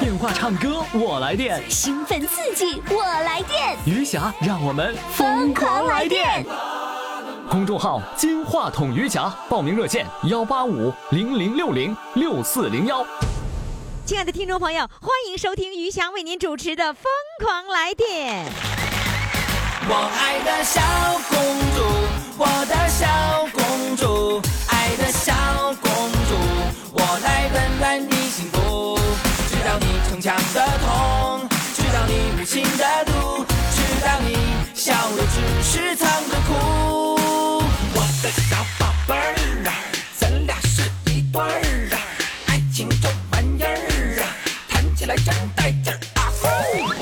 电话唱歌我来电，兴奋刺激，我来电，余霞让我们疯狂来电。公众号“金话筒余霞”，报名热线：幺八五零零六零六四零幺。亲爱的听众朋友，欢迎收听于翔为您主持的《疯狂来电》。我爱的小公主，我的小公主，爱的小公主，我来温暖你幸福。知道你逞强的痛，知道你无情的毒，知道你笑的只是藏着哭。我的小宝贝儿啊，咱俩是一对儿啊，爱情这玩意儿啊，谈起来真带劲儿啊！呼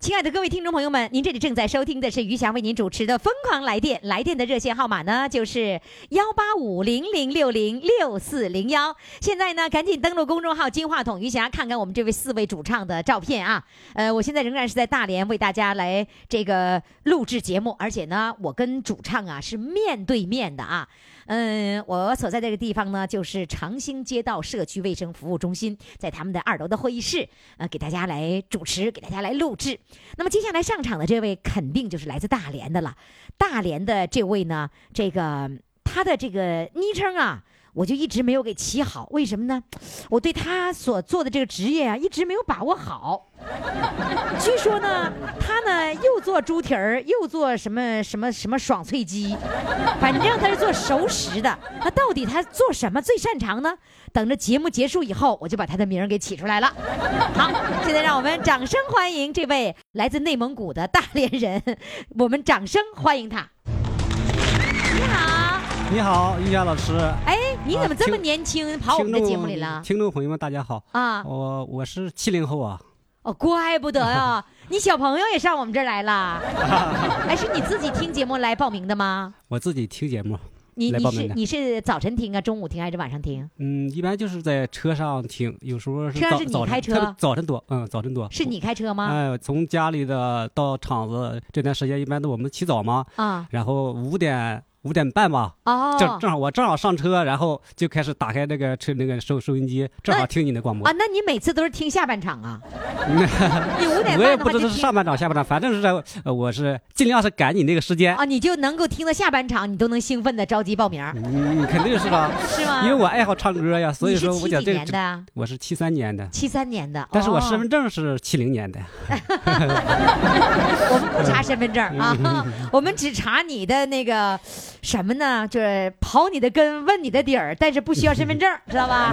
亲爱的各位听众朋友们，您这里正在收听的是余霞为您主持的《疯狂来电》，来电的热线号码呢就是幺八五零零六零六四零幺。现在呢，赶紧登录公众号“金话筒余霞”，看看我们这位四位主唱的照片啊。呃，我现在仍然是在大连为大家来这个录制节目，而且呢，我跟主唱啊是面对面的啊。嗯，我所在这个地方呢，就是长兴街道社区卫生服务中心，在他们的二楼的会议室，呃，给大家来主持，给大家来录制。那么接下来上场的这位肯定就是来自大连的了。大连的这位呢，这个他的这个昵称啊，我就一直没有给起好，为什么呢？我对他所做的这个职业啊，一直没有把握好。据说呢，他呢又做猪蹄儿，又做什么什么什么爽脆鸡，反正他是做熟食的。那到底他做什么最擅长呢？等着节目结束以后，我就把他的名儿给起出来了。好，现在让我们掌声欢迎这位来自内蒙古的大连人，我们掌声欢迎他。你好，你好，玉佳老师，哎，你怎么这么啊听年轻，跑啊我们的听众节目里了？听众朋友们，大家好，啊，我我是七零后啊，哦，怪不得 呀，你小朋友也上我们这儿来了。哎，是你自己听节目来报名的吗？我自己听节目，你来你报是名的你是早晨听啊，中午听还是晚上听？嗯，一般就是在车上听，有时候是车上早是你早晨开车特别早晨多，嗯，早晨多是。你开车吗？哎，从家里的到厂子这段时间，一般都我们起早嘛，啊，然后五点五点半吧，正哦，正好我正好上车，然后就开始打开那个车那个收收音机，正好那听你的广播啊，。那你每次都是听下半场啊？ 你五点我也半的不话知道就是听上半场下半场，反正是在呃我是尽量是赶你那个时间，啊，你就能够听到下半场，你都能兴奋的着急报名儿，嗯，肯定是啦，是吗？因为我爱好唱歌呀，所以你是说我七讲几这年个，的？我是七三年的，七啊三年的，但是我哦身份证是七零年的。我们不查身份证啊，我们只查你的那个什么呢？就是刨你的根，问你的底儿，但是不需要身份证，知道吧？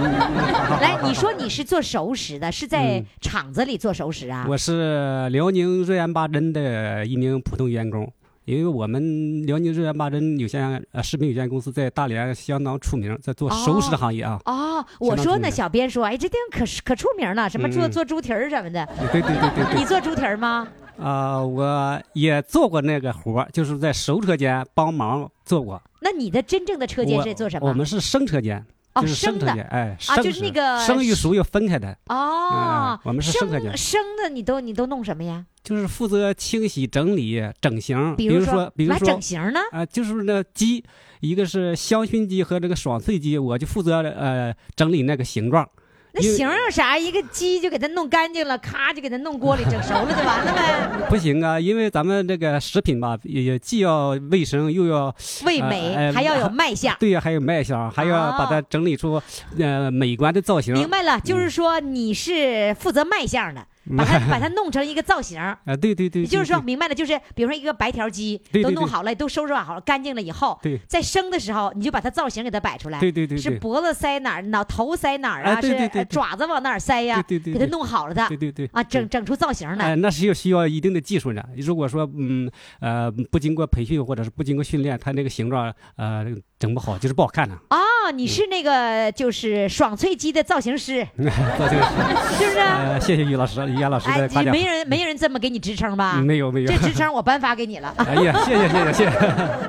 来，你说你是做熟食的，是在嗯厂子里做熟食啊？我是辽宁瑞安八珍的一名普通员工。因为我们辽宁瑞安八珍有限呃食品有限公司在大连相当出名，在做熟食的行业啊。哦，相当我说出呢，名小编说，哎，这地方可是可出名了，什么做嗯嗯做猪蹄儿什么的，对对对对对你。做猪蹄儿吗？啊、我也做过那个活儿，就是在熟车间帮忙做过。那你的真正的车间是做什我？么我？们是生车间，哦，就是生生车的间，哎，啊生就是那食个生与熟要分开的。哦嗯，我们是生生客间生的，你都你都弄什么呀？就是负责清洗、整理、整形，比如如说，比如来说整，形呢？啊，就是那鸡，一个是香薰鸡和这个爽脆鸡，我就负责呃整理那个形状。那因为形有啥？一个鸡就给它弄干净了，咔就给它弄锅里整熟了就完 了呗，不行啊，因为咱们这个食品吧，也也既要卫生，又要味美、哎哎还要有卖相。哦对呀、还有卖相，还要把它整理出、呃美观的造型。明白了，嗯就是说你是负责卖相的，把它 把它弄成一个造型。啊，对对对，也就是对说，明白了，就是比如说一个白条鸡对对都对弄好了，都收拾好了，干净了以后对，在生的时候你就把它造型给它摆出来。对对对对是脖子塞哪儿，脑头塞哪儿啊？哎对对对对是呃爪子往哪儿塞呀？对对对给它弄好了的对对对啊，整。整出造型对来。哎，那是有需要一定的技术的。如果说，嗯，呃，不经过培训或者是不经过训练，它那个形状，呃，整不好就是不好看的。哦，你是那个就是爽脆鸡的造型师， 那就是 是不是？呃，谢谢于老师、于洋老师哎的，夸你奖。没人没人这么给你支撑吧？嗯嗯没有没有。这，职称我颁发给你了哎呀，谢谢谢谢谢谢。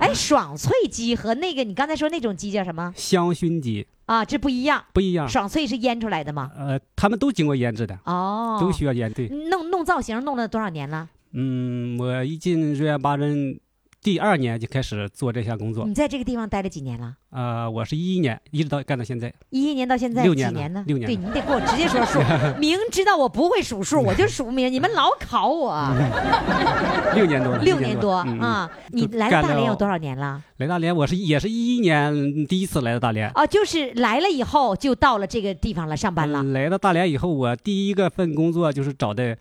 哎，爽脆鸡和那个你刚才说那种鸡叫什么香薰鸡啊？这不一样，不一样，爽脆是腌出来的吗？呃，他们都经过腌制的，哦，都需要腌。对，嗯弄弄造型弄了多少年了？嗯，我一进瑞安八珍，第二年就开始做这项工作你。在这个地方待了几年了？呃，我是一一年一直到干到现在，一一年到现在六几年了年呢？六年对你得给我直接说数， 明知道我不会数数，我就数不明。你们老考我， 六年多了，六年多嗯嗯啊！你就来干哦大连到有多少年了？来大连，我是也是一一年第一次来到大连。哦，就是来了以后就到了这个地方了，上班了。来到大连以后，我第一个份工作就是找的，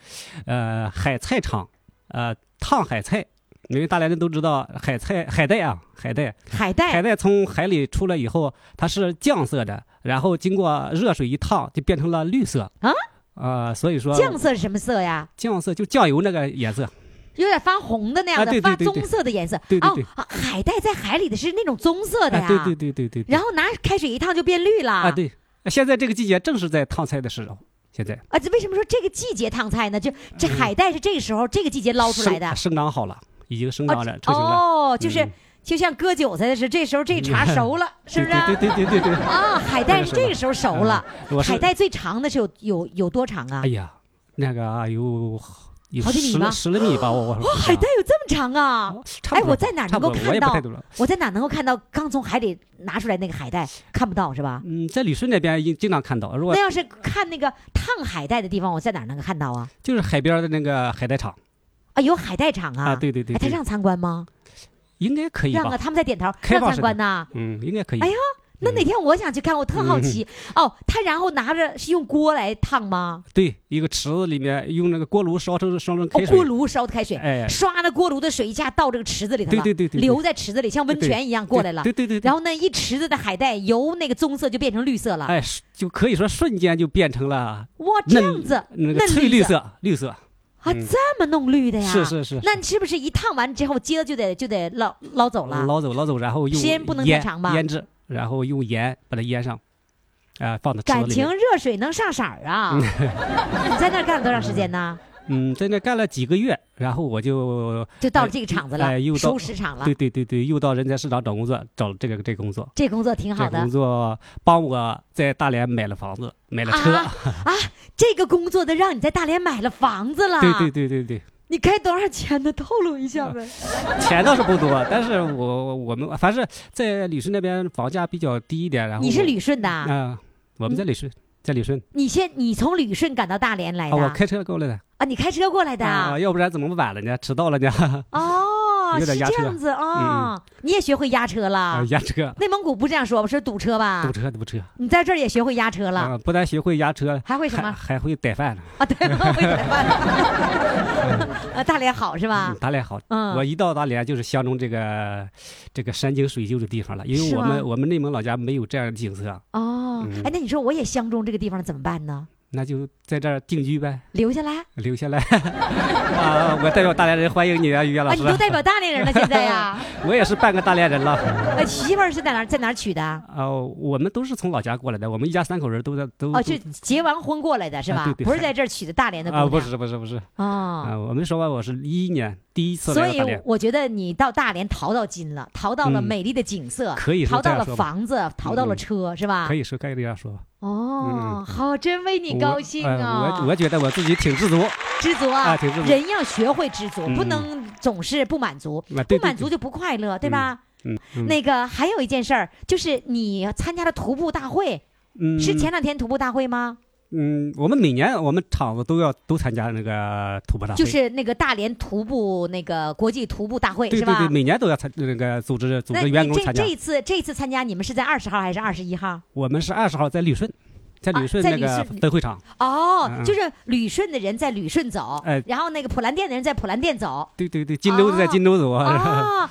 呃，海菜厂，呃，烫海菜。因为大连人都知道海菜海带啊，海带，海海带带从海里出来以后，它是酱色的，然后经过热水一烫，就变成了绿色啊。呃，所以说酱色是什么色呀？酱色就酱油那个颜色，有点发红的那样啊的，对对发对棕对色的颜色。对对对哦，啊海带在海里的是那种棕色的啊呀。，对对对对对，对然后拿开水一烫就变绿了。啊，对，现在这个季节正是在烫菜的时候，现在啊，这为什么说这个季节烫菜呢？就这海带是这个时候、这个季节捞出来的嗯生。生长好了，已经生长了，哦成型了，哦，就是、嗯就像割韭菜的时候，这时候这茬熟 了，是不是？对对对对对 对。啊，海带是是这的个时候熟了。嗯我是海带最长的是有有有多长啊哎？呀，那个啊有有好几米哦十吧了十来米吧，我我我海带有这么长啊！哦差哎，不多我在哪能差不够多我看也不到太懂了？我在哪能够看到刚从海里拿出来那个海带？看不到是吧？嗯，在旅顺那边经经常看到，如果那要是看那个烫海带的地方，我在哪能够看到啊？就是海边的那个海带厂啊，有海带厂啊！啊，对对对哎，他对，让参观吗？应该可以让啊，吧？他们在点头，开让放参式观的呐。嗯，应该可以。哎呀那嗯哪天我想去看，我特好奇、哦。他然后拿着是用锅来烫吗？对，一个池子里面用那个锅炉烧成烧成哦开，水，锅炉烧的开水，哎，唰、那锅炉的水一下倒这个池子里头对了，对对对，对流在池子里，像温对泉一样过来了。对对对，对然后呢，一池子的海带由那个棕色就变成绿色了。哎，是就可以说瞬间就变成了哇，这嫩样子那嫩个翠绿绿色色，绿色啊，嗯这么弄绿的呀？是。是是，那你是不是一烫完之后，接着就得就得捞捞走了？捞走捞走，然后用时间不能太腌长吧腌制，然后用盐把它腌上，啊、放到池感子里情面。热水能上色儿 啊！你在那儿干了多长时间呢？嗯，在那干了几个月，然后我就就到了这个厂子了，哎又到熟食厂了对。对对对，又到人才市场找工作，找了这个这个工作。这工作挺这好个的工。作帮我在大连买了房子，买了车。 啊啊！这个工作的让你在大连买了房子了，对对，对对对，你开多少钱呢？透露一下呗。 钱倒是不多，但是我我们凡是在旅顺那边房价比较低一点，然后 你是我旅顺的啊、啊，我们在旅顺，在旅顺你先你从旅顺赶到大连来啊，的我啊开车过来的你开车过来的啊啊，要不然怎么晚了呢？迟到了呢？ 哦，有是点压车嗯这样子啊，哦你也学会压车了啊，。压车，内蒙古不这样说吧，是堵车吧堵？车堵车你在这儿也学会压车了，啊！不但学会压车，还会什还么还会逮饭呢。啊？对，会改饭了。啊，大连好是吧嗯？大连好，嗯我一到大连就是相中这个这个山清水秀的地方了，因是为我吗们我们内蒙老家没有这样的景色，哦，嗯哎，那你说我也相中这个地方了怎么办呢？那就在这儿定居呗，留下来留 下来。啊，我代表大连人欢迎你啊，于洋啊！老你师。都代表大连人了，现在 呀。我也是半个大连人了。呃，媳妇儿是在哪儿在哪儿娶的？哦，我们都是从老家过来的，我们一家三口人都在都。都哦，这结完婚过来的是吧？啊对对不是在这儿娶的大连的姑啊，娘不是不是不是哦啊，我们说完我是一一年第一次所来到以大连，我觉得你到大连淘到金了，淘到了嗯美丽的景色，可以是淘这到样了说吧房子，淘到了嗯车，是吧？可以。以说可以这样说吧。哦嗯，好，真为啊你我高兴呃啊！我我觉得我自己挺知 足。知足啊啊挺知足人要学会知足，不嗯能总是不满足，啊不对对满对足就不快乐，对吧？嗯，嗯那个还有一件事儿，就是你参加了徒步大会，嗯是前两天徒步大会吗？嗯，我们每年我们厂子都要都参加那个徒步大会，就是那个大连徒步那个国际徒步大会对是对吧？对，每年都要参那个组织组那织你员工这参加这。一次这一次参加，你们是在二十号还是二十一号？我们是二十号在旅顺，在啊旅顺在那旅个顺灯会场，哦，嗯嗯就是旅顺的人在旅顺走，哎然后那个普兰店的人在普兰店走。对对对，金州在金州走啊，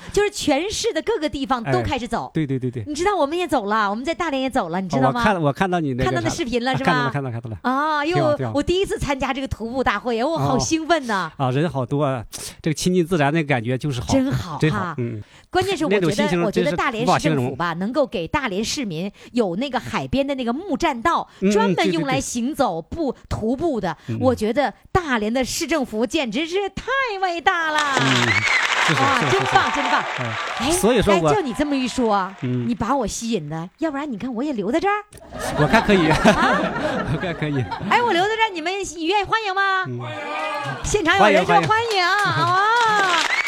哦，就是全市的各个地方 都哎开始走。对对对对，你知道我们也走了，我们在大连也走了，你知道我吗？看我看到你那个看到那啥视频了啊是看到吧了？看到了看到了啊，因为挺好我挺好我第一次参加这个徒步大会，我好哦兴奋呐，啊，人好多，啊，这个亲近自然的感觉就是好，真好真哈好，。嗯，关键是我那种觉心情得，我觉真得是大连无法市政形府容吧，能够给大连市民有那个海边的那个木栈道，嗯嗯专门对对用来对行走步徒步的。嗯我觉得大连的市政府简直是太伟大了， 嗯，是哇，是是真是棒真棒！哎哎，所以说哎我就你这么一说，嗯你把我吸引的，要不然你看我也留在这儿，我看可以，我看可以， 哎，我留在这儿，你们你愿意欢迎吗？嗯现场有人说 欢迎啊欢迎啊！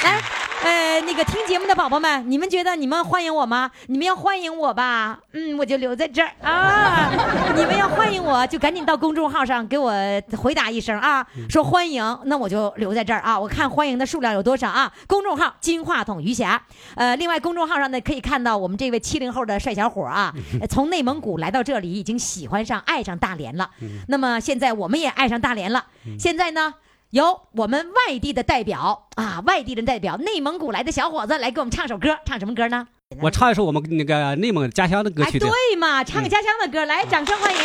来，呃，那个听节目的宝宝们，你们觉得你们欢迎我吗？你们要欢迎我吧，嗯，我就留在这儿 啊。你们要欢迎我，就赶紧到公众号上给我回答一声啊，嗯说欢迎，那我就留在这儿啊。我看欢迎的数量有多少啊？公众号金话筒余霞，呃，另外公众号上呢可以看到我们这位七零后的帅小伙 啊，呃从内蒙古来到这里，已经喜欢上、爱上大连了。嗯那么现在我们也爱上大连了。嗯现在呢？由我们外地的代表啊，外地的代表，内蒙古来的小伙子来给我们唱首歌，唱什么歌呢？我唱一首我们那个内蒙家乡的歌哎，曲嗯的，对嘛，唱个家乡的歌，来，掌声欢迎。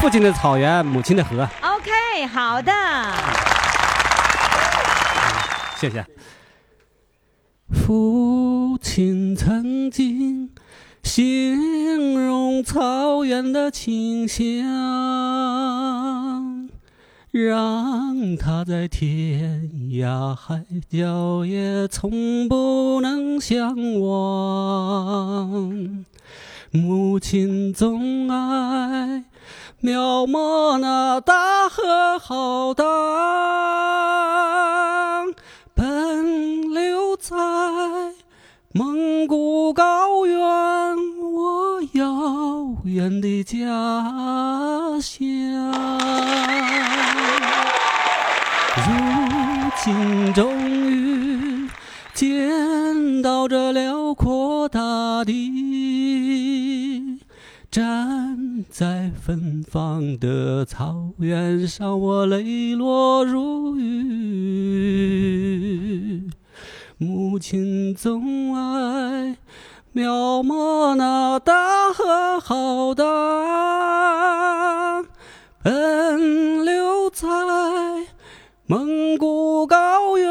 父亲的草原，母亲的河。 OK，好的，谢谢。父亲曾经形容草原的清香，让他在天涯海角也从不能相忘。母亲总爱描摹那大河浩荡，奔流在蒙古高原，我遥远的家乡。如今终于见到这辽阔大地，站在芬芳的草原上，我泪落如雨。母亲总爱描摹那大河浩荡，奔流在蒙古高原，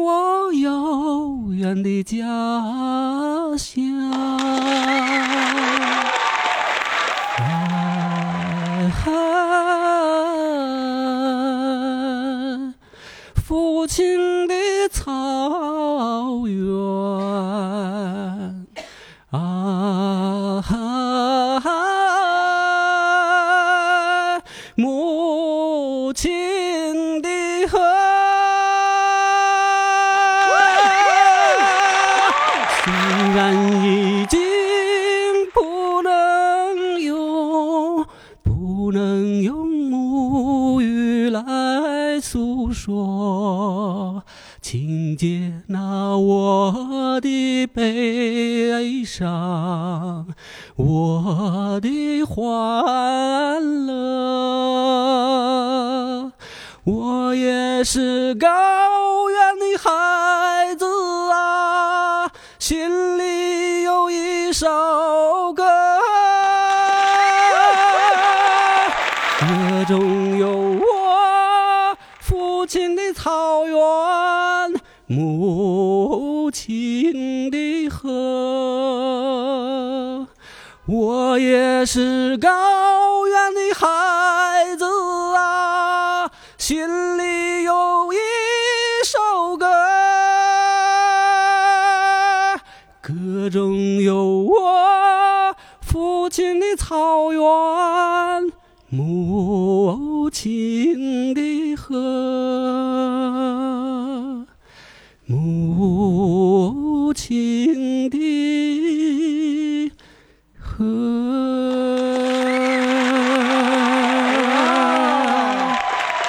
我遥远的家乡。哎嗨父亲的草原啊，母亲的河。虽然已经不能用，不能用母语来诉说，请接纳我的悲伤，我的欢乐。我也是高原的孩子啊，心里有一首歌。歌中有我父亲的草原，母亲的河。我也是高原的孩子啊，心里有一首歌，歌中有我父亲的草原，母亲的河。母亲的河。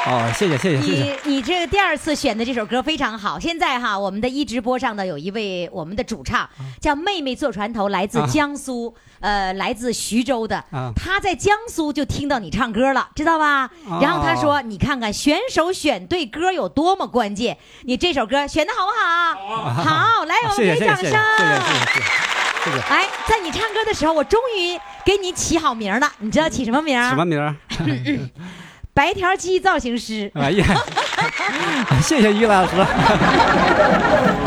哦，谢谢谢谢谢谢。你你这个第二次选的这首歌非常好。现在哈，我们的一直播上呢有一位我们的主唱叫妹妹坐船头，来自啊江苏，呃，来自徐州的啊。她在江苏就听到你唱歌了，知道吧？哦然后她说：“你看看选手选对歌有多么关键，你这首歌选的好不好？好，来，我哦啊们谢谢给谢谢掌谢谢谢谢声。”谢谢谢谢。哎，在你唱歌的时候，我终于给你起好名儿了。你知道起什么名儿？什么名儿？白条鸡造型师。哎呀，谢谢于老师。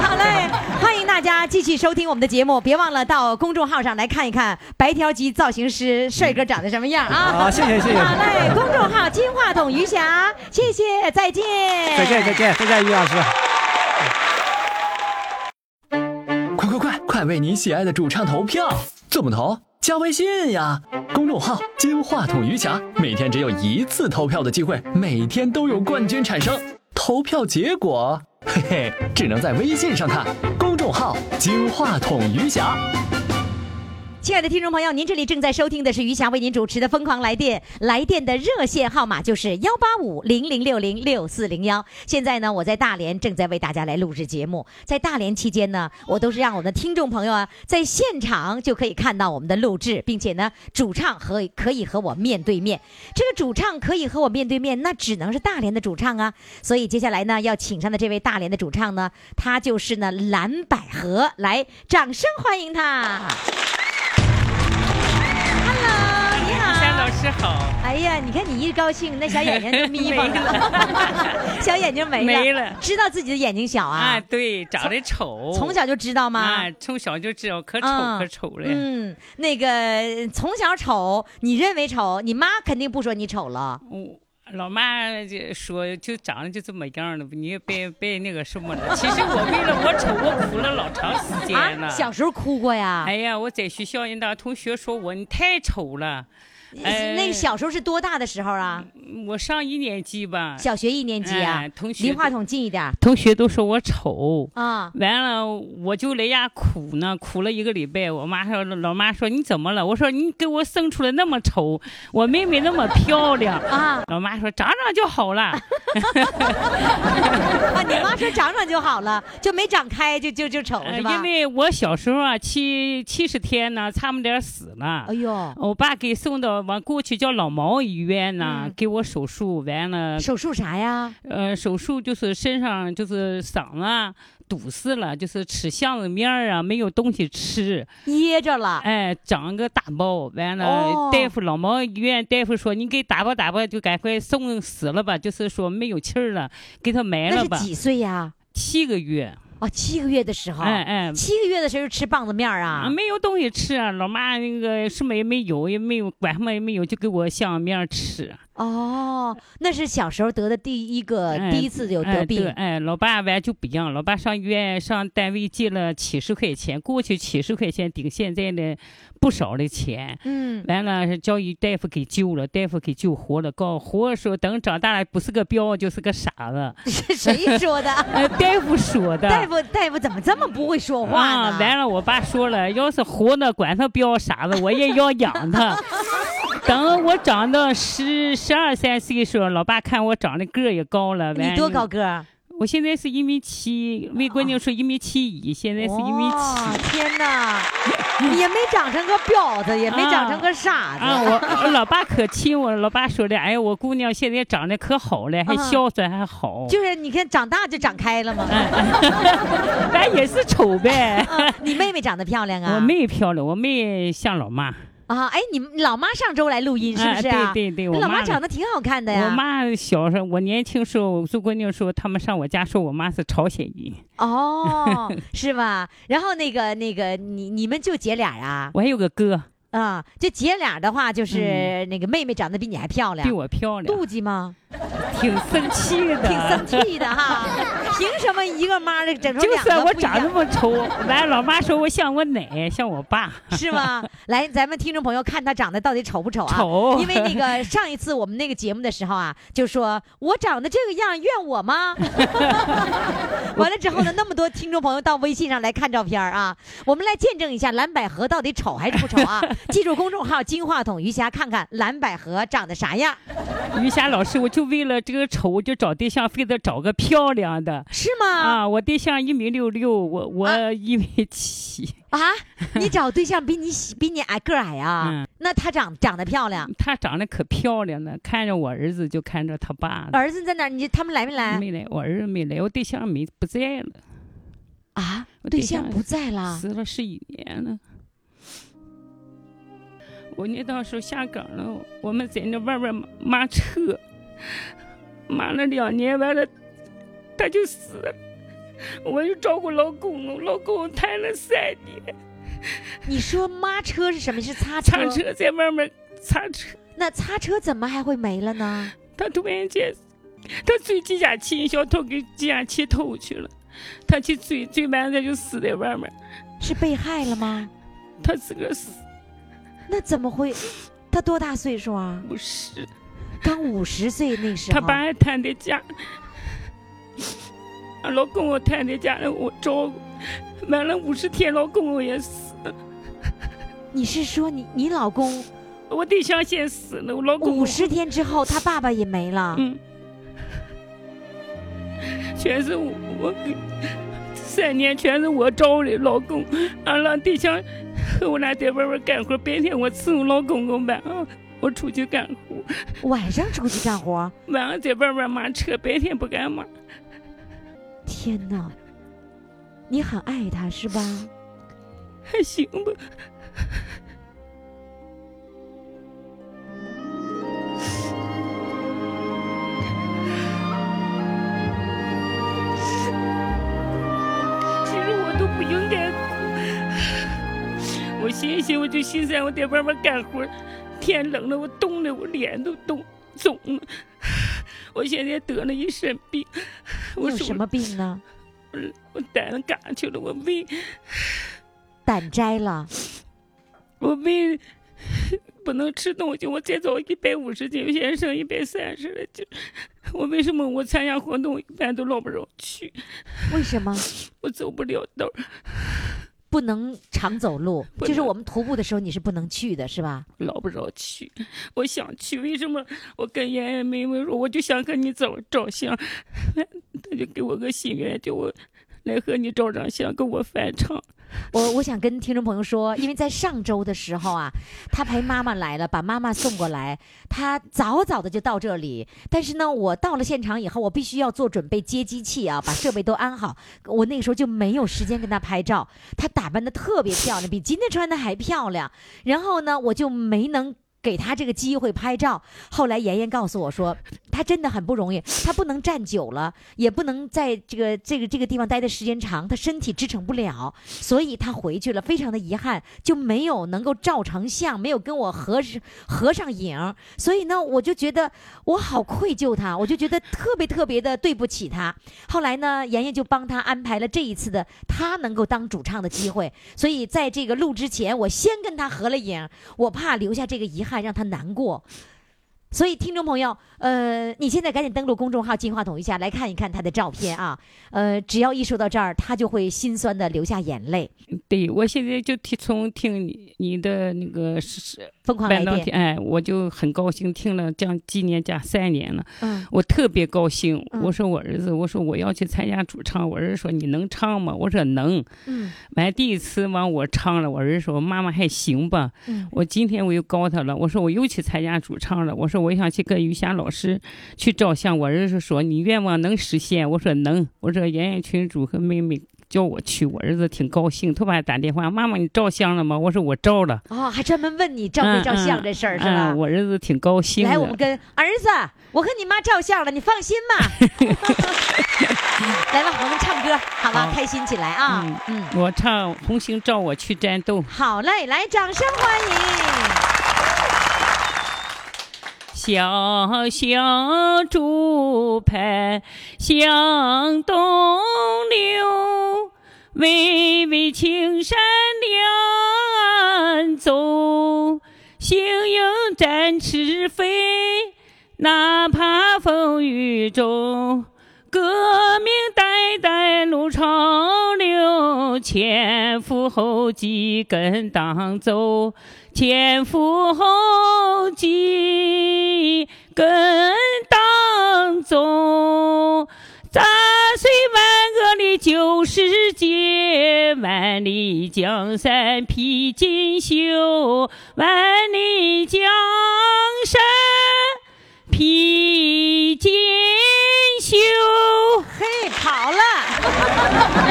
好嘞， 欢迎大家继续收听我们的节目，别忘了到公众号上来看一看白条鸡造型师帅哥长得什么样啊！哦好，谢谢谢谢。好嘞，公众号金话筒余霞，谢谢，再见，再见再见再见，于老师。快快快，快为你喜爱的主唱投票！怎么投？加微信呀，公众号“金话筒余霞”，每天只有一次投票的机会，每天都有冠军产生。投票结果嘿嘿，只能在微信上看，公众号“金话筒余霞”。亲爱的听众朋友，您这里正在收听的是余霞为您主持的《疯狂来电》，来电的热线号码就是幺八五零零六零六四零幺。现在呢，我在大连正在为大家来录制节目。在大连期间呢，我都是让我的听众朋友啊，在现场就可以看到我们的录制，并且呢，主唱和可以和我面对面。这个主唱可以和我面对面，那只能是大连的主唱啊。所以接下来呢，要请上的这位大连的主唱呢，他就是呢蓝百合，来，掌声欢迎他。Hello，你山好。老师好，哎呀，你看你一高兴，那小眼睛就眯缝没了， 小眼睛没了，没了知道自己的眼睛小啊？啊，对，长得丑，从小就知道吗？啊，从小就知道可丑嗯可丑了。嗯，那个从小丑，你认为丑，你妈肯定不说你丑了。我老妈就说，就长得就这么样了，你也别 别那个什么了。其实我为了我丑，我苦了老长时间了。啊，小时候哭过呀？哎呀，我在学校人家同学说我你太丑了。哎那个小时候是多大的时候啊？我上一年级吧，小学一年级啊哎，同学离话筒近一点同学都说我丑。啊。完了，我就在家苦呢，苦了一个礼拜。我妈说，老妈说你怎么了？我说你给我生出来那么丑，我妹妹那么漂亮。 啊老妈说长长就好了。 啊！你妈说长长就好了，就没长开，就就就丑呃是吧？因为我小时候啊，七七十天呢，差不点死了哎。呦，我爸给送到往过去叫老毛医院呢，嗯给我手术完了，手术啥呀？呃，手术就是身上就是嗓子啊堵死了，就是吃巷子面儿啊，没有东西吃。噎着了。哎，长个大包，完了，哦大夫老毛医院大夫说，你给打包打包，就赶快送死了吧，就是说没有气儿了，给他埋那了是吧。几岁啊呀？七个月，哦，七个月的时候，哎哎。七个月的时候就吃棒子面儿啊啊，。没有东西吃啊！老妈那个什么也没有，也没有管什么也没有，就给我像面儿吃。哦，那是小时候得的第一个，哎第一次有得哎，对，病。哎，老爸完就不一样，老爸上医院上单位借了七十块钱，过去七十块钱顶现在的不少的钱。嗯，完了，是叫一大夫给救了，大夫给救活了。告活说等长大了不是个彪就是个傻子， 是谁说 的？呃，大夫说的。大夫，大夫怎么这么不会说话啊，完呢？了，我爸说了，要是活呢，管他彪傻子，我也要养 他。等我长到十十二三岁的时候，老爸看我长得个儿也高了，完你多高？个儿？啊我现在是一米七，为关键说一米七一，现在是一米哇七。天哪，也没长成个彪子，也没长成个傻子。啊，我我老爸可亲我了，老爸说的，哎呀，我姑娘现在长得可好了，还啊孝顺，还好。 就是你看长大就长开了嘛。哎咱也是 丑呗。啊你妹妹长得漂亮啊？ 我妹漂亮，我妹像老妈，啊，哎，你们老妈上周来录音是不是啊？哎对对对那我老妈妈呢长得挺好看的呀。我妈小时候，我年轻时候，做闺女时候，他们上我家说我妈是朝鲜人，哦，是吧？然后那个那个，你你们就姐俩啊？我还有个哥，啊，这姐俩的话，就是那个妹妹长得比你还漂亮嗯比，我漂亮，妒忌吗？挺生气 的，挺生气的哈，凭什么一个妈的整成就两算个我不一长那样？ 么丑，完老妈说我像我奶，像我爸，是吗？来，咱们听众朋友看她长得到底丑不丑啊？丑因为那个上一次我们那个节目的时候啊，就说我长得这个样，怨我 吗？完了之后呢，那么多听众朋友到微信上来看照片儿啊，我们来见证一下蓝百合到底丑还是不丑 啊？记住公众号“金话筒余霞”，看看蓝百合长得啥样，于霞老师，我就为了这个丑，我就找对象，非得找个漂亮的。是吗？啊，我对象一米六六，我我一米七，啊，你找对象比你喜比你矮个儿矮啊？嗯那她长长得漂亮，她长得可漂亮了，看着我儿子就看着他爸了。儿子在哪儿？你他们来没来？没来，我儿子没来，我对象没不在了，啊，我对对象象不在了。死了十一年了。我那到时候下岗了，我们在那外边骂车，骂了两年，完了他就死了。我就照顾老公，我老公谈了三年，你说妈车是什么？是擦擦车在外面擦车，那擦车怎么还会没了呢？他突然间，他追计价器，小偷给计价器偷去了，他去追，追完他就死在外面，是被害了吗？他自个儿死那怎么会？他多大岁数啊？不是。刚五十岁那时候。他爸还谈的价，老公我太在家里我照顾，完了五十天老公我也死了，你是说你你老公我对象先死了，我老公五十天之后他爸爸也没了？嗯，全是我我给三年全是我招的，老公俺啊让对象和我俩在外边干活，白天我伺候老公，我晚上我出去干活，晚上出去干活？晚上在外边马车，白天不敢马。天哪，你很爱他是吧？还行吧。其实我都不应该哭，我寻思我就寻思我在外边干活，天冷了我冻的我脸都冻肿了，我现在得了一身病，你我有手什么病呢？我胆嘎去了，我胃胆摘了，我胃不能吃东西，我再走一百五十斤，我现在剩一百三十了，就我为什么我参加活动一般都落不着去，为什么我走不了道儿，不能常走路？不就是能我们徒步的时候你是不能去的是吧？落不着去，我想去，为什么我跟妍妍妹妹说，我就想跟你照照相，他就给我个心愿，叫我来和你照张相，跟我翻唱， 我我想跟听众朋友说，因为在上周的时候啊，他陪妈妈来了，把妈妈送过来，他早早的就到这里。但是呢，我到了现场以后，我必须要做准备接机器啊，把设备都安好。我那个时候就没有时间跟他拍照，他打扮的特别漂亮，比今天穿的还漂亮。然后呢，我就没能。给他这个机会拍照，后来妍妍告诉我说，他真的很不容易，他不能站久了，也不能在这个这个这个地方待的时间长，他身体支撑不了，所以他回去了，非常的遗憾，就没有能够照成相，没有跟我合上合上影儿。所以呢，我就觉得我好愧疚他，我就觉得特别特别的对不起他。后来呢，妍妍就帮他安排了这一次的他能够当主唱的机会。所以在这个录之前，我先跟他合了影，我怕留下这个遗憾让他难过。所以，听众朋友，呃，你现在赶紧登录公众号“金话筒”一下，来看一看他的照片啊。呃，只要一说到这儿，他就会心酸的流下眼泪。对我现在就听从听你你的那个是是疯狂来半导电体，，哎，我就很高兴，听了将今年加三年了。嗯，我特别高兴，嗯我说我儿子，我说我要去参加主唱，我儿子说你能唱吗？我说能。嗯完第一次完我唱了，我儿子说妈妈还行吧。嗯我今天我又告他了，我说我又去参加主唱了，我说我想去跟于霞老师去照相。我儿子说你愿望能实现，我说能。我说妍妍群主和妹妹叫我去，我儿子挺高兴，他把打电话，妈妈你照相了吗？我说我照了，哦，还专门问你照没照相这事儿、是吧？嗯，我儿子挺高兴的。来，我们跟儿子，我和你妈照相了，你放心 吧。来吧，我们唱歌，好吧，好开心起来啊！嗯我唱《红星照我去战斗》。好嘞，来，掌声欢迎。小小竹排向东流，巍巍青山两岸走。行鹰展翅飞，哪怕风雨骤。革命代代如潮流，前赴后继跟党走，前赴后继跟党走。砸碎万恶的旧世界，万里江山披锦绣，万里江山披锦绣。嘿，跑了。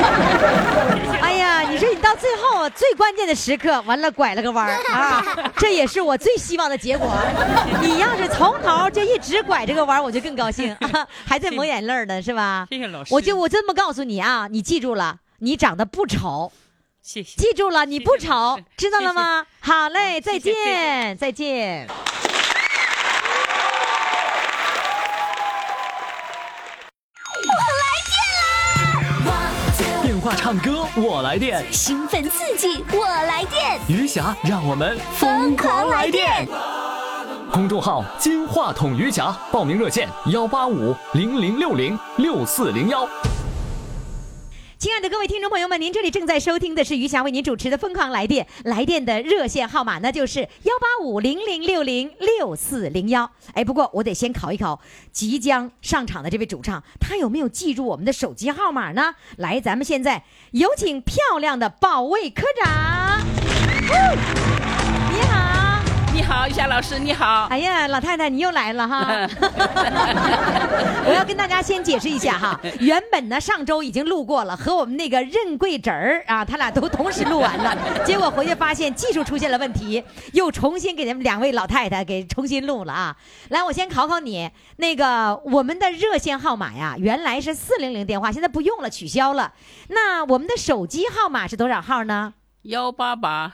哎呀，你说你到最后最关键的时刻，完了拐了个弯 儿啊，这也是我最希望的结果。你要是从头就一直拐这个弯儿，我就更高 兴啊，还在抹眼泪儿呢，是吧？谢谢老师，我就我这么告诉你啊，你记住了，你长得不丑，谢谢。记住了，你不谢谢老丑师，知道了吗？好嘞，好再谢谢见，再见。电话唱歌我来电，兴奋刺激，我来电！余霞让我们疯狂来电！公众号“金话筒余霞”，报名热线：幺八五零零六零六四零幺。亲爱的各位听众朋友们，您这里正在收听的是余霞为您主持的《疯狂来电》，来电的热线号码呢就是幺八五零零六零六四零幺。哎，不过我得先考一考即将上场的这位主唱，他有没有记住我们的手机号码呢？来，咱们现在有请漂亮的保卫科长。哦你好，你好，玉霞老师，你好。哎呀，老太太，你又来了 哈！我要跟大家先解释一下哈，原本呢上周已经录过了，和我们那个任贵侄儿啊，他俩都同时录完 了，结果回去发现技术出现了问题，又重新给咱们两位老太太给重新录了啊。来，我先考考你，那个我们的热线号码呀，原来是四零零电话，现在不用了，取消了。那我们的手机号码是多少号呢？幺八八，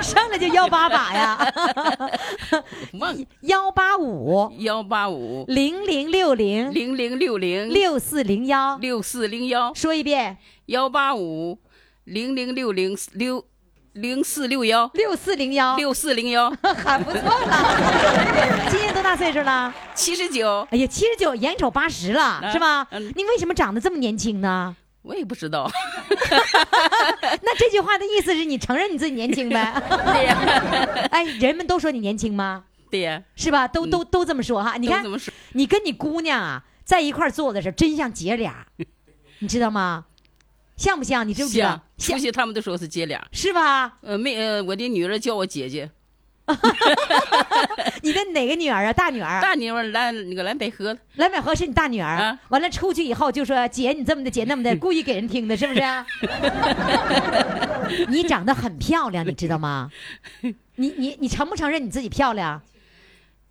上来就幺八八呀，梦幺八五。幺八五零零六零零零六零六四零幺，六四零幺说一遍幺八五零零六零六零四六幺六四零幺，六四 零幺喊不错了。今年多大岁数了？七十九，哎呀，七十九，眼瞅八十了，嗯是吧？嗯你为什么长得这么年轻呢？我也不知道。 那这句话的意思是你承认你自己年轻呗？对呀，哎，人们都说你年轻吗？对呀，是吧？都都都这么说哈。你你看怎，嗯么说？你跟你姑娘啊在一块儿坐的时候，真像姐俩，你知道吗？像不像？你知不知道像？啊出去他们都说是姐俩。是吧？呃，妹，呃，我的女儿叫我姐姐， 你的哪个女儿啊？大女儿？大女儿来那个蓝百合，蓝百合是你大女儿，啊完了出去以后就说姐你这么的姐那么 的，故意给人听的，是不是、啊？你长得很漂亮，你知道吗？你你你承不承认你自己漂亮？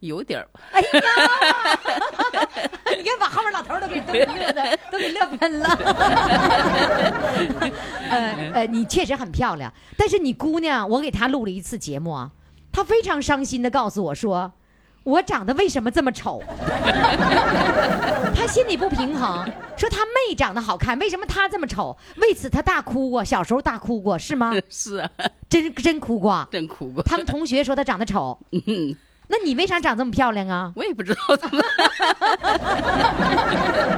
有点儿吧。哎呀， 你看把后面老头儿都给都给乐的，都给乐喷了。 呃呃，嗯你确实很漂亮，但是你姑娘，我给她录了一次节目啊，她非常伤心的告诉我说，我长得为什么这么丑？ 她心里不平衡，说她妹长得好看，为什么她这么丑？为此她大哭过，小时候大哭过是吗？ 是啊，真真哭过啊。真哭过。他们同学说她长得丑，嗯，那你为啥长这么漂亮啊？我也不知道怎么。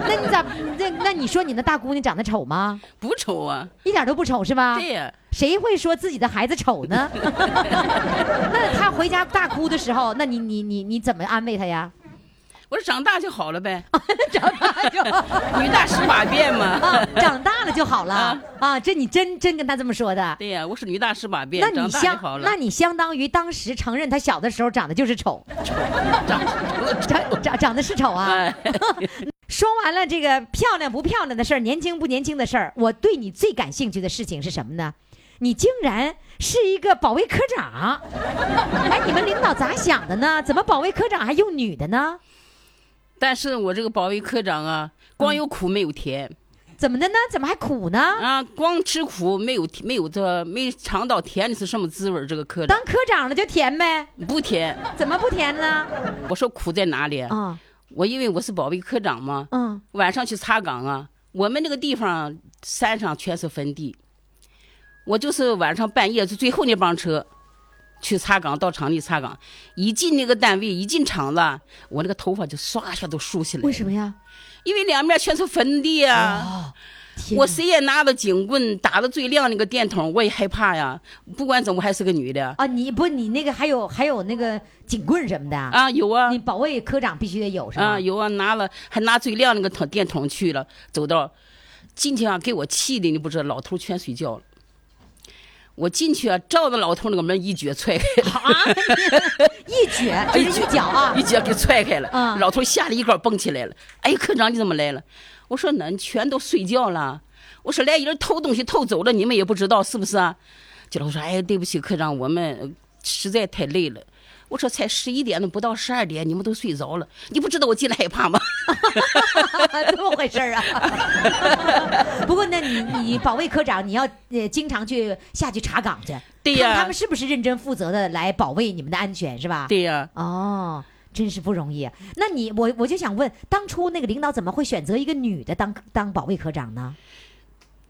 那你咋那那你说你那大姑娘长得丑吗？不丑啊，一点都不丑是吧？对呀、谁会说自己的孩子丑 呢？那她回家大哭的时候，那你你你你怎么安慰她呀？ 我说长大就好了呗， 长大就 女大十八变嘛。 啊，长大了就好了啊啊！这你真真跟她这么说的？对呀、我是女大十八变那，长你大就相好了那。你相当于当时承认她小的时候长得就是丑， 长长长得是丑啊。哎， 说完了这个漂亮不漂亮的事儿，年轻不年轻的事儿，我对你最感兴趣的事情是什么呢？你竟然是一个保卫科长！哎，你们领导咋想的呢？怎么保卫科长还用女的呢？嗯但是我这个保卫科长啊，光有苦没有甜、怎么的呢？怎么还苦呢？啊，光吃苦没有没有这没尝到甜是什么滋味儿？这个科长当科长了就甜呗？不甜。怎么不甜呢？我说苦在哪里？啊我因为我是保卫科长嘛，嗯，晚上去查岗啊，我们那个地方山上全是坟地，我就是晚上半夜就最后那帮车去查岗，到场地查岗，一进那个单位，一进厂子，我那个头发就唰一下都竖起来了，为什么呀？因为两面全是坟地啊。哦，天我哪谁也拿着警棍，打着最亮那个电筒，我也害怕呀。不管怎么，我还是个女的啊！你不你那个还有还有那个警棍什么的啊？啊，有啊你保卫科长必须得有是吧啊？有啊，拿了还拿最亮那个筒电筒去了，走到进去啊，给我气的你不知道，老头全睡觉了。我进去啊，照着老头那个门一脚踹开，啊 一撅就是一脚啊一！脚给踹开了。嗯老头吓得一高蹦起来了。哎，科长你怎么来了？我说呢，你全都睡觉了。我说来人偷东西偷走了，你们也不知道是不是啊？就老头说，哎，对不起，科长，我们呃实在太累了。我说才十一点都不到十二点，你们都睡着了，你不知道我进来 害怕吗？这么回事儿啊？ 不过那你你保卫科长，你要呃经常去下去查岗去，对看呀、他们是不是认真负责的来保卫你们的安全，是吧？。对呀、哦，真是不容易。啊那你我我就想问，当初那个领导怎么会选择一个女的当当保卫科长呢？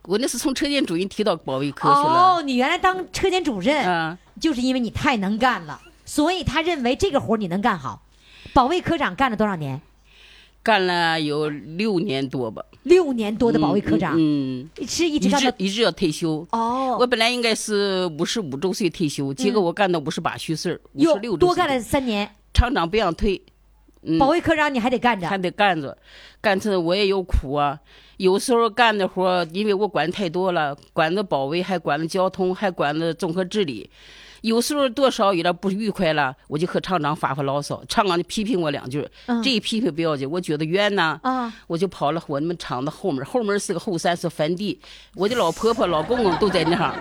我 那是从车间主任提到保卫科去了。哦，你原来当车间主任，啊，就是因为你太能干了，所以他认为这个活儿你能干好。保卫科长干了多少年？干了有六年多吧。六年多的保卫科长，嗯，是一一直干到直一直要退休。哦，嗯我本来应该是五十五周岁退休，结果我干到五十八虚岁儿，五又十六多干了三年，厂长不让退，嗯保卫科长你还得干着还，得干着，干着我也有苦啊。有时候干的活儿，因为我管太多了，管着保卫，还管着交通，还管着综合治理。有时候多少有点不愉快了，我就和厂长发发牢骚，厂长就批评我两句儿。嗯这一批评不要紧，我觉得冤呐、啊我就跑了我们厂子后门，后门是个后山，是坟地。我的老婆婆、老公公都在那行，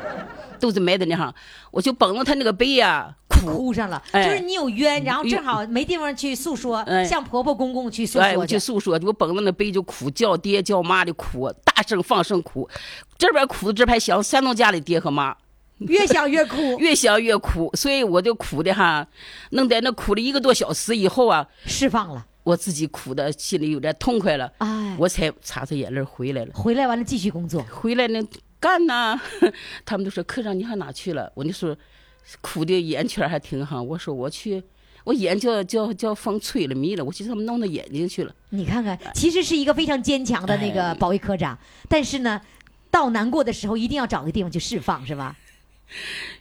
都是埋在那行。我就捧着他那个碑呀、哭上了，就哎是你有冤，然后正好没地方去诉说，哎向婆婆公公去诉哎，说我去去。诉说，我捧着那杯就哭，叫爹叫妈的哭，大声放声哭，这边哭这边还想山东家里爹和妈，越想越哭， 越想越哭，所以我就哭的哈，弄在那哭了一个多小时以后啊，释放了，我自己哭的心里有点痛快了，哎，我才擦擦眼泪回来了。回来完了继续工作，回来呢干呐， 他们都说科长你上哪去了？我就说哭的眼圈还挺好，我说我去，我眼叫叫叫风吹了迷了，我去他们弄到眼睛去了。你看看，其实是一个非常坚强的那个哎保卫科长，但是呢，到难过的时候一定要找个地方去释放，是吧？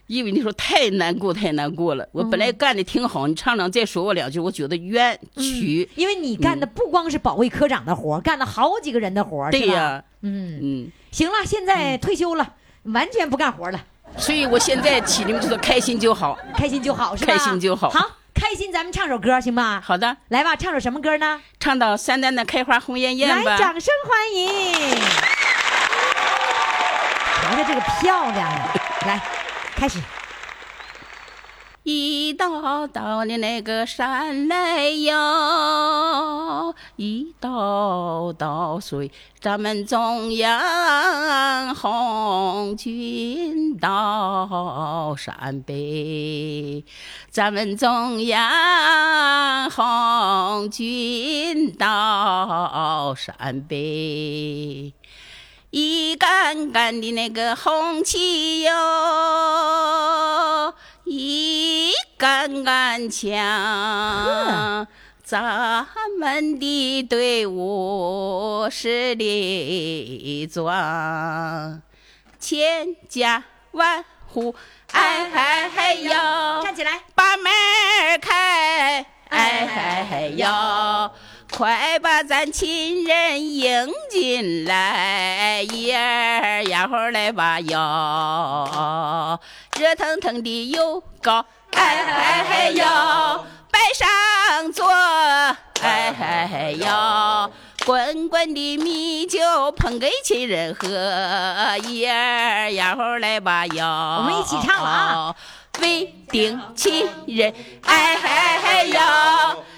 因为那时候太难过，太难过了。我本来干的挺好，你厂长再说我两句，我觉得冤屈。因为你干的不光是保卫科长的活儿，干了好几个人的活儿，对是吧呀，嗯，嗯，行了，现在退休了，完全不干活了，所以我现在起名就说开心就好。开心就好，是吧？开心就好好，开心，咱们唱首歌行吗？好的，来吧，唱首什么歌呢？唱到三丹的开花红艳艳来，吧。掌声欢迎！瞧瞧这个漂亮的， 来，开始。一道道的那个山来哟，一道道水咱们中央红军到山北，咱们中央红军到山北。一杆杆的那个红旗哟，一杆杆枪，咱们的队伍是列装，千家万户哎哎哎哟，站起来，把门儿开，哎哎哟，快把咱亲人迎进来，一儿呀吼来吧哟，热腾腾的油糕，哎哎哎哟，摆上桌，哎哎哎哟。滚滚的米酒捧给亲人喝，一儿呀吼来吧哟！我们一起唱了啊为定亲人，哎嗨嗨哟，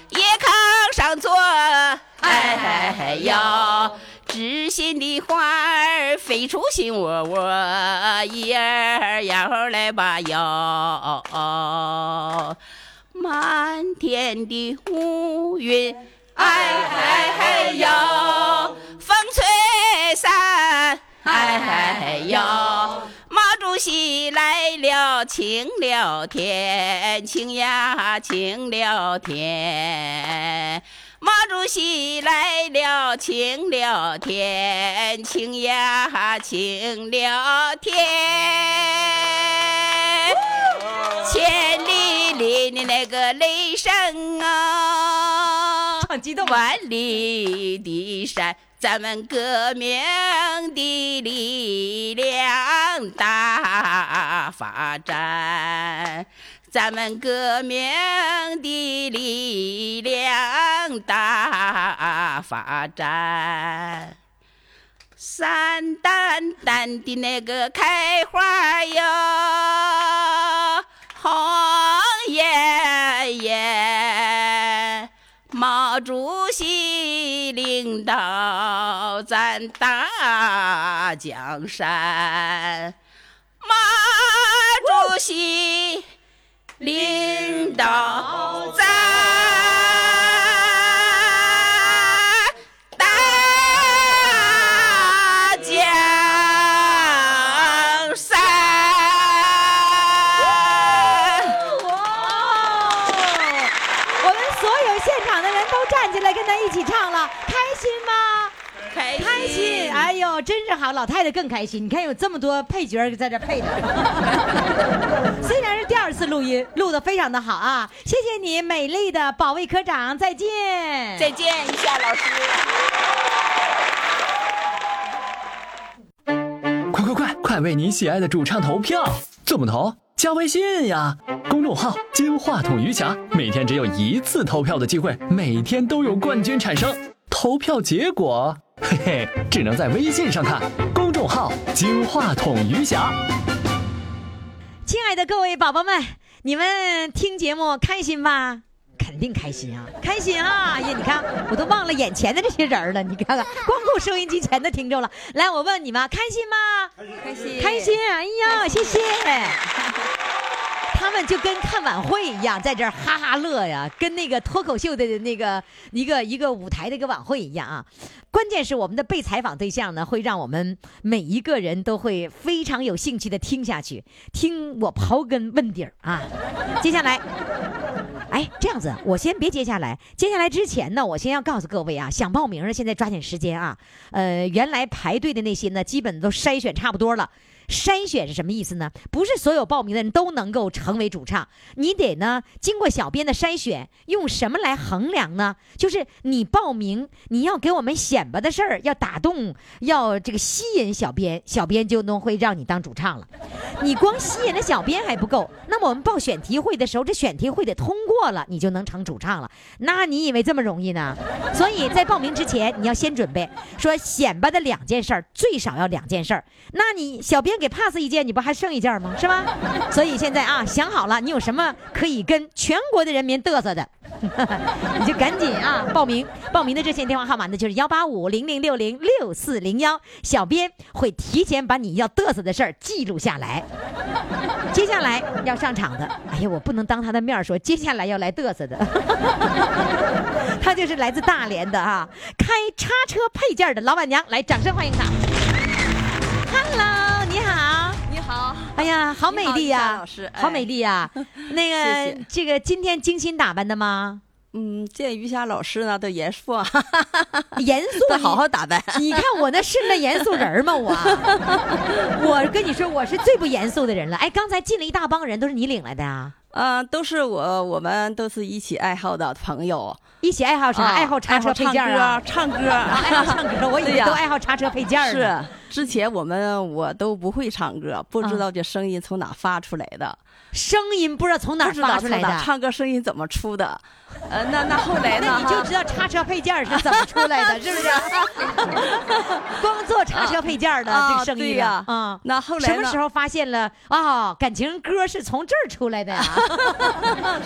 也炕上坐，哎嗨嗨哟，知心的花儿飞出心窝窝，一儿摇来吧哟，满天的乌云，哎啊嗨嗨哟，风吹散。哎嗨哟，毛主席来了，请聊天，请呀，请聊天。毛主席来了，请聊天，请呀，请聊天。千里里的那个雷声啊，唱激动了万里的山，咱们革命的力量大发展。咱们革命的力量大发展。山丹丹的那个开花哟，红艳艳。毛主席领导咱大江山，毛主席领导咱大江山。哇！我们所有现场的人都站起来跟他一起唱了，开心吗？开心开心！哎呦，真是好，老太太更开心。你看有这么多配角儿在这 配着，虽然是第二次录音，录的非常的好啊！谢谢你，美丽的保卫科长，再见。再见，一下老师。快快快，快为你喜爱的主唱投票！怎么投？加微信呀，公众号“金话筒余霞”，每天只有一次投票的机会，每天都有冠军产生。投票结果，嘿嘿，只能在微信上看。公众号“金话筒余霞”。亲爱的各位宝宝们，你们听节目开心吧？肯定开心啊，开心啊！呀，你看我都忘了眼前的这些人了，你看看，光顾收音机前的听众了。来，我问你们，开心吗？开心开心，哎呀，谢谢。他们就跟看晚会一样，在这儿哈哈乐呀，跟那个脱口秀的那个一个一个舞台的一个晚会一样啊。关键是我们的被采访对象呢，会让我们每一个人都会非常有兴趣的听下去，听我刨根问底儿啊。接下来哎，这样子，我先别接下来。接下来之前呢，我先要告诉各位啊，想报名的现在抓紧时间啊。呃，原来排队的那些呢，基本都筛选差不多了。筛选是什么意思呢？不是所有报名的人都能够成为主唱，你得呢经过小编的筛选，用什么来衡量呢？就是你报名，你要给我们显摆的事儿，要打动，要这个吸引小编，小编就能会让你当主唱了。你光吸引了小编还不够，那么我们报选题会的时候，这选题会得通过了，你就能成主唱了。那你以为这么容易呢？所以在报名之前，你要先准备说显摆的两件事儿，最少要两件事儿。那你小编给 pass 一件，你不还剩一件吗？是吧？所以现在啊，想好了，你有什么可以跟全国的人民嘚瑟的， 你就赶紧啊报名。报名的热线电话号码呢，就是幺八五零零六零六四零幺，小编会提前把你要嘚瑟的事儿记录下来。 接下来要上场的，哎呀，我不能当他的面儿说，接下来要来嘚瑟的， 他就是来自大连的啊，开叉车配件的老板娘，来，掌声欢迎她。Hello，你好。你好，哎呀，好美丽呀、你好李佳老师哎好美丽呀、那个，谢谢这个今天精心打扮的吗？嗯，见于霞老师呢，都严肃啊， 严肃，都好好打扮。你看我那是那严肃人儿吗？我， 我跟你说，我是最不严肃的人了。哎，刚才进了一大帮人，都是你领来的啊？嗯、都是我，我们都是一起爱好的朋友。一起爱好啥？啊爱好叉车配件儿啊？唱歌，唱歌，啊爱好唱歌，我以对为呀都爱好叉车 配件儿呢。是，之前我们我都不会唱歌，不知道这声音从哪发出来的，啊声音不知道从哪不儿知道发出从来哪的。唱歌声音怎么出的。呃，那那后来呢？那你就哈知道叉车配件儿是怎么出来的，是不是？光做叉车配件儿的啊这个声对音呀了啊。那后来什呢么时候发现了啊？感情歌是从这儿出 来的呀？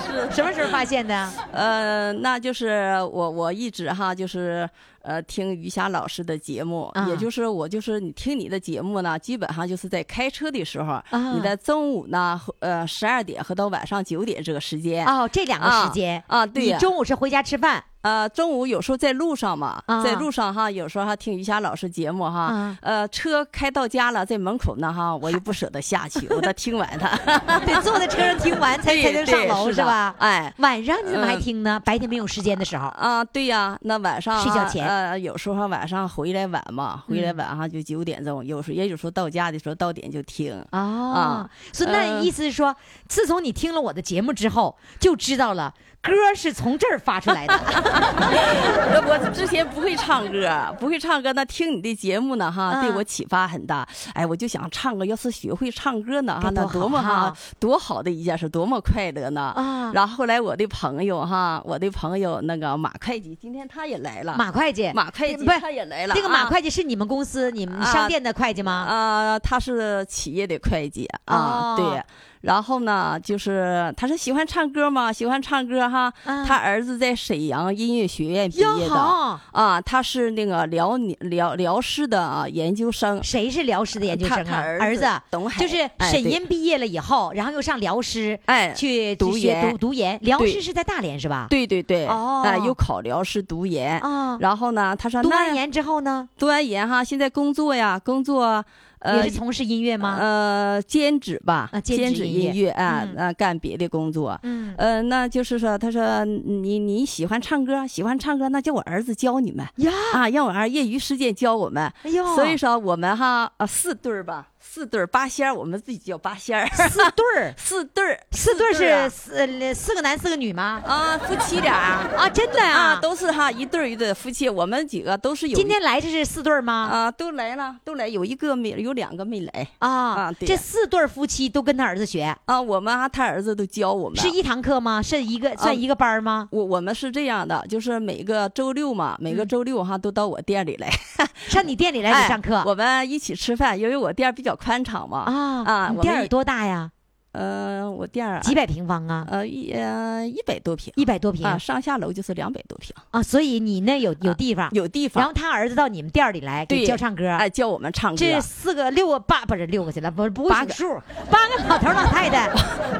是什么时候发现的？呃，那就是我我一直哈，就是呃听于霞老师的节目，啊也就是我就是你听你的节目呢，基本上就是在开车的时候，啊你在中午呢，呃十二点和到晚上九点这个时间。哦，这两个时间啊啊对呀你中午是回家吃饭，呃，中午有时候在路上嘛，啊在路上哈，有时候还听于霞老师节目哈，啊呃，车开到家了，在门口呢哈，我又不舍得下去，我得听完 它。得坐在车上听完才才能上对楼对是的吧？哎，嗯晚上你怎么还听呢？白天没有时间的时候，啊，对呀，那晚上啊睡觉前嗯呃，有时候晚上回来晚嘛，回来晚上就九点钟，有时也有时候到家的时候到点就听。哦啊，所以那呃意思是说，自从你听了我的节目之后，就知道了歌是从这儿发出来的。 呃 我之前不会唱歌，不会唱歌，那听你的节目呢哈，啊对我启发很大。哎，我就想唱歌，要是学会唱歌呢哈，该多那好多么哈哈多好的一件事，多么快乐呢。啊然后后来我的朋友哈，我的朋友那个马会计，今天他也来了。马会计，马会计不是他也来了这个马啊会计是你们公司、你们啊商店的会计吗？啊、他是企业的会计啊，哦对。然后呢，就是他是喜欢唱歌嘛，喜欢唱歌哈。啊他儿子在沈阳音乐学院毕哟业的好，啊，他是那个辽宁辽辽师的啊研究生。谁是辽师的研究生他他啊？儿儿子董海就是哎沈对吟毕业了以后，然后又上辽师，哎去读去学研读读研。辽对师是在大连是吧？对对对，哦哎，又考辽师读研。啊，然后呢，他说读那完研之后呢？读完研哈，现在工作呀，工作呃也是从事音乐吗？呃，兼职吧，啊兼职兼职音乐音乐啊嗯，啊，干别的工作。嗯，呃，那就是说，他说你你喜欢唱歌，喜欢唱歌，那叫我儿子教你们呀，啊，让我儿业余时间教我们。哎呦，所以说我们哈啊四对儿吧，四对儿八仙儿，我们自己叫八仙儿，，四对儿 四对儿四对儿对啊是四呃四个男四个女吗？啊，夫妻俩儿啊，真的啊，都是哈一对儿一对儿夫妻，我们几个都是有今天来哎这是四对儿吗？啊都来了，都来有一个没有两个没来啊啊对这四对儿夫妻都跟他儿子学，啊，我们哈他儿子都教我们。啊是一堂课吗？是一个算一个班儿吗？我我们是这样的，就是每个周六嘛，每个嗯周六哈都到我店里来 上你店里来给哎上课、我们一起吃饭，因为我店儿比较宽敞嘛。啊啊你我店们儿一多大呀？呃，我店儿啊几百平方啊？呃一呃一百多平一百多平啊，啊上下楼就是两百多平，啊所以你那有有地方、有地啊方然后他儿子到你们店儿里来给对教唱歌。哎教我们唱歌。这四个六个啊八不是六个去了，不是不八会数个数，八个老头儿老太太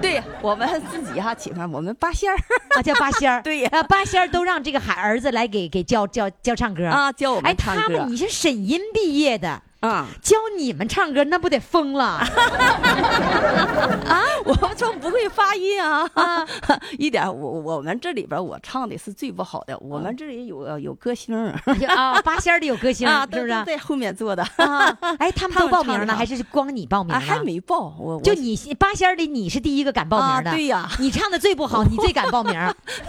对我们自己哈喜欢我们八仙儿啊，叫八仙 儿，对呀啊，八仙儿都让这个孩儿子来给给教教教唱歌。啊教我哎，们唱他歌们你是沈音毕业的，啊，教你们唱歌那不得疯 了？ 我们说不会发音啊 啊一点我我们这里边我唱的是最不好的，我们这里有有歌星儿哎呀哦 啊，八仙儿里有歌星啊，是不都是？都在后面坐的啊，哎，他们他都们报唱名的了，啥还是光你报名啊了？还没报我我就你八仙儿里你是第一个敢报名的，啊对呀你唱的最 不好，你最敢报名，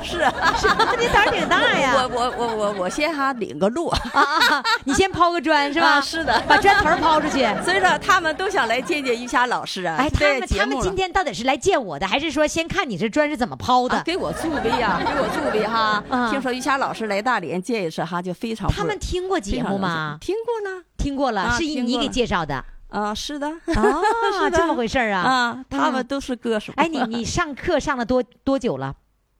是啊。是吧？你胆儿挺大呀！我我我我我先哈领个路，啊啊，啊你先抛个砖是吧？啊是的把砖头儿抛出去。 所以说他们都想来见见于霞老师啊。哎，他这们节他目们了今天到底是来见我的，还是说先看你这砖是怎么抛的？啊给我助威呀，给我助威哈啊。听说于霞老师来大连见一次哈，就非常不他们听过非节常目荣幸吗？听过呢听过了，啊是一听你过给了介绍的啊，是的。啊， 是的这么回事儿啊？啊，他们都是歌手。哎，你你上课上了多多久了？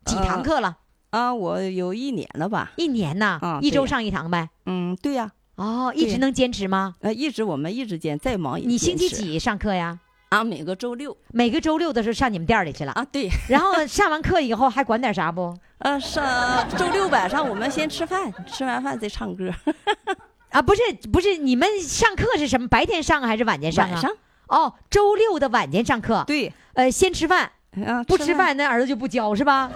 几堂呃课了？啊，我有一年了吧？一年呐、啊一对周呀上一堂呗。嗯，对呀、哦，一直对能坚持吗？呃，一直我们一直坚再忙也你星坚期持几上课呀？啊？每个周六每个周六的时候上你们店儿里去了，啊，对， 然后上完课以后还管点啥不？呃，上周六晚上我们先吃饭，吃完饭再唱歌， 啊，不是不是，你们上课是什么？白天上啊还是晚间上啊？晚上哦，周六的晚间上课。对呃，先吃饭，啊，不吃饭那儿子就不教是 吧？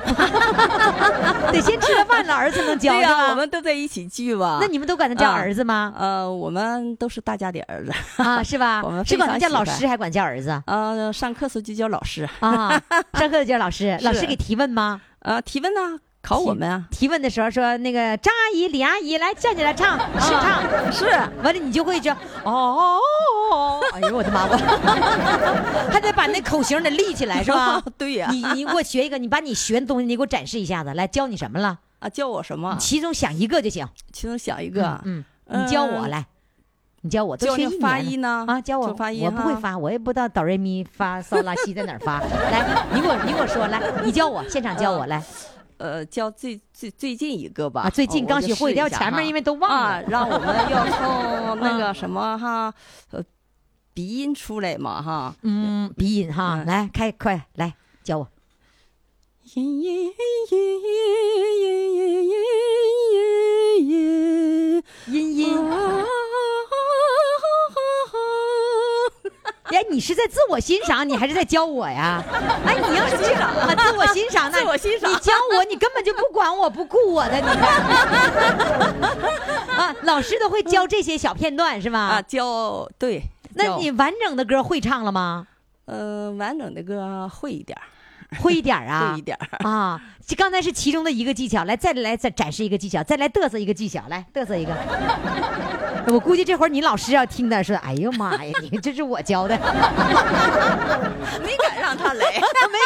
得先吃了饭了，儿子才能教对是呀、吧？我们都在一起聚吧。那你们都管他叫啊儿子吗？呃，我们都是大家的儿子，啊，是吧 我们？是非管他常叫喜老欢师，还管叫儿子呃，上课时候就叫老师，啊？上课就叫老 师，老师是给提问吗？呃，提问呢、考我们啊，提问的时候说那个张阿姨、李阿姨来站起来唱试唱，啊是完了你就会就哦，哎呦我的妈 我，还得把那口型得立起来是吧？对呀你你给我学一个，你把你学的东西你给我展示一下子，来教你什么了？啊，叫我什么？其中想一个就行。其中想一个，嗯，呃你教我来，你教我都教学你一年发了音呢啊，教我教发音我不会哈发，我也不知道哆瑞咪发嗦拉西在哪儿发。 来，你给我你给我说来，你教我现场教 我来。呃，教最最最近一个吧，啊最近哦刚我就学会试一要下前面哈因为嗯都忘了啊 让我们要 从那个什么哈，呃，鼻音出来嘛哈。 嗯，鼻音哈，嗯来开快来教我。 音音，哎，你是在自我欣赏，你还是在教 我呀？哎，你要是这样啊，自我欣赏那自我欣赏你教我，你根本就不管我，不顾我的，你看 啊，老师都会教这些小片段是吧？啊，教对，那教你完整的歌会唱了吗？呃完整的歌会一点儿， 会一点儿啊，会一点儿。啊，这刚才是其中的一个技巧，来再来再展示一个技巧，再来嘚瑟一个技巧，来嘚瑟一个。我估计这会儿你老师要听的说：“哎呦妈呀，你这是我 教的，，没敢让他来 没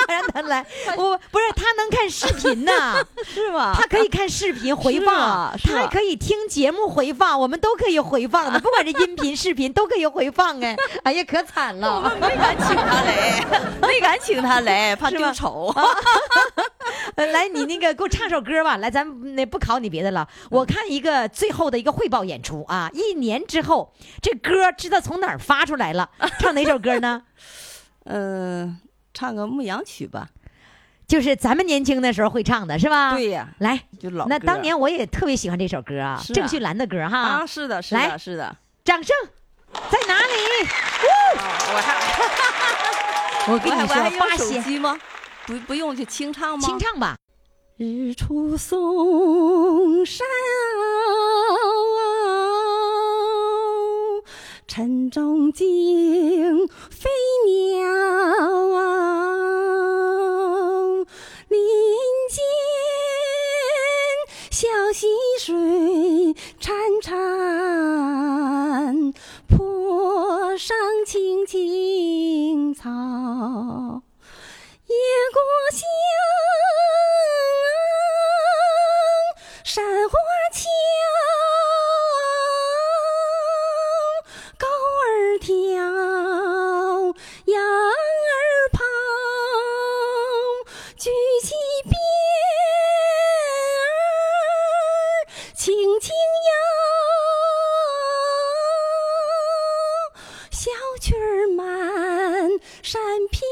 敢让他来。”我不是他能看视频呐， 是吧？他可以看视频回放，啊是他还啊可以听节目回放，我们都可以回 放的，不管是音频、视频都可以回放。哎，哎呀，可惨了。没敢请他来，没敢请他来，怕丢 丑。呃，来，你那个给我唱首歌吧。来，咱们那不考你别的了，嗯我看一个最后的一个汇报演出啊，一年之后这歌知道从哪儿发出来了，唱哪首歌呢？ 嗯，唱个牧羊曲吧。就是咱们年轻的时候会唱的是吧？对呀来，就老那歌当年我也特别喜欢这首歌啊，是啊郑绪岚的歌哈。啊，是的，是来 的，是的。掌声。在哪里？我还我我跟还你我还说，八用手仙机吗？不不用就清唱吗？清唱吧。日出嵩山啊，晨钟惊飞鸟啊，林间小溪水潺潺，坡上青青草。野果香，山花俏，狗儿跳，羊儿跑，举起鞭儿轻轻摇，小曲儿满山飘，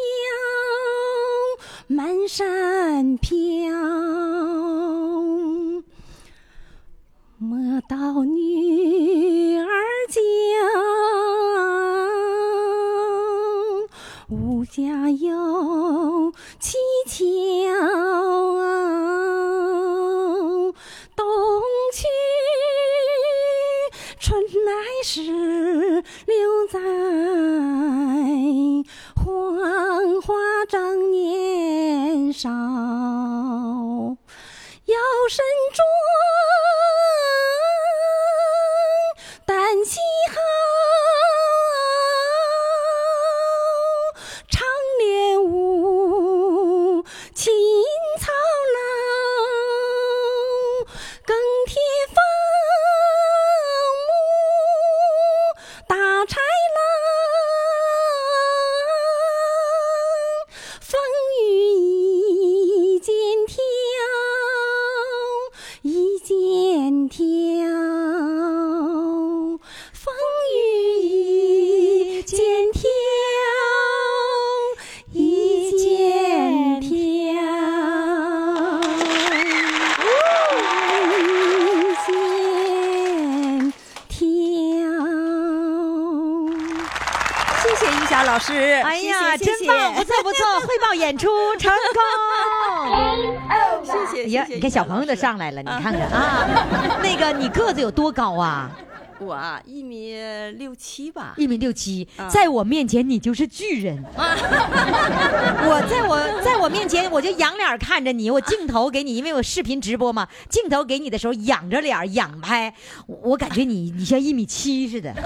满山飘。莫道女儿娇，无家有妻妾啊。冬去春来时，留在黄花正年少。腰身壮，胆气豪，长脸舞，勤操劳，耕田放牧，打豺狼，风雨一肩挑，一肩挑。风雨一肩挑，一肩挑，一肩挑。谢谢于霞老师，哎呀，谢谢真棒，不错不错，汇报演出成功。 谢谢，哎呀，谢谢你看小朋友都上来了，你看看啊， 那个你个子有多高啊？ 我啊一米六七吧，一米六七啊，在我面前你就是巨人。 我在我在我面前，我就仰脸看着你，我镜头给你，因为我视频直播嘛，镜头给你的时候仰着脸仰拍，我我感觉你你像一米七似的。 好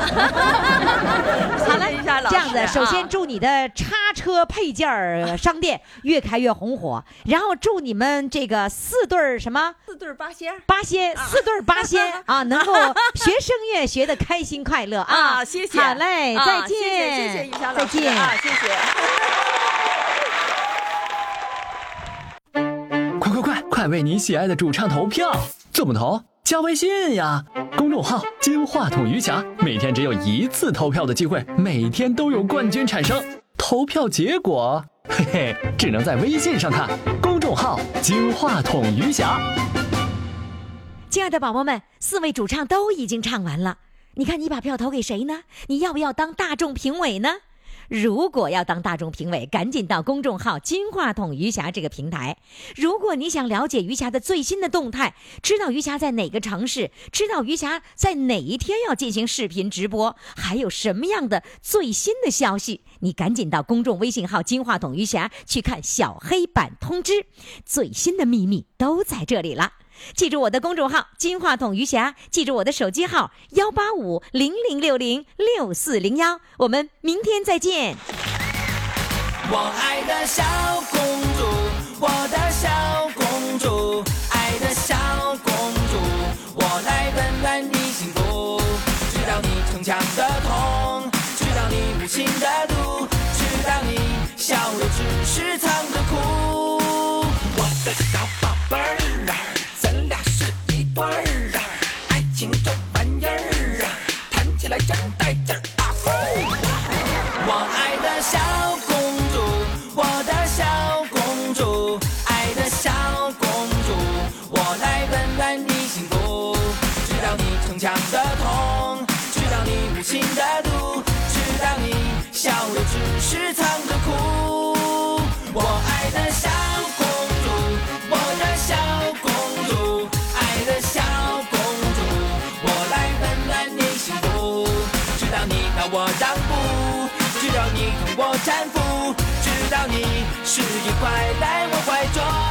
了谢谢一下老，师这样子，啊首先祝你的叉车配件儿商店越开越红火，然后祝你们这个四对儿什么。四对儿八仙儿啊八仙四对儿 八仙啊，能够学声乐学的开心快乐啊！啊，谢谢，好嘞，啊再谢谢见，谢谢于霞老再师，见啊，谢谢。快快快，快为你喜爱的主唱投票！怎么投？加微信呀，公众号“金话筒余霞”，每天只有一次投票的机会，每天都有冠军产生。投票结果，嘿嘿，只能在微信上看。公众号“金话筒余霞”。亲爱的宝宝们，四位主唱都已经唱完了，你看你把票投给谁呢？你要不要当大众评委呢？如果要当大众评委，赶紧到公众号“金话筒余霞”这个平台。如果你想了解余霞的最新的动态，知道余霞在哪个城市，知道余霞在哪一天要进行视频直播，还有什么样的最新的消息，你赶紧到公众微信号“金话筒余霞”去看小黑板通知，最新的秘密都在这里了。记住我的公众号“金话筒余霞”，记住我的手机号幺八五零零六零六四零幺。我们明天再见。我爱的小公主，我的小公主，爱的小公主，我来温暖你幸福。知道你逞强的痛，知道你无情的毒，知道你笑的只是藏着哭。我的小宝贝儿啊，咱俩是一对儿啊，爱情这玩意儿啊，谈起来真带劲儿啊！呼我爱的小公主，我的小公主，爱的小公主，我来温暖你幸福。知道你逞强的痛，知道你无情的毒，到你是一块在我怀中。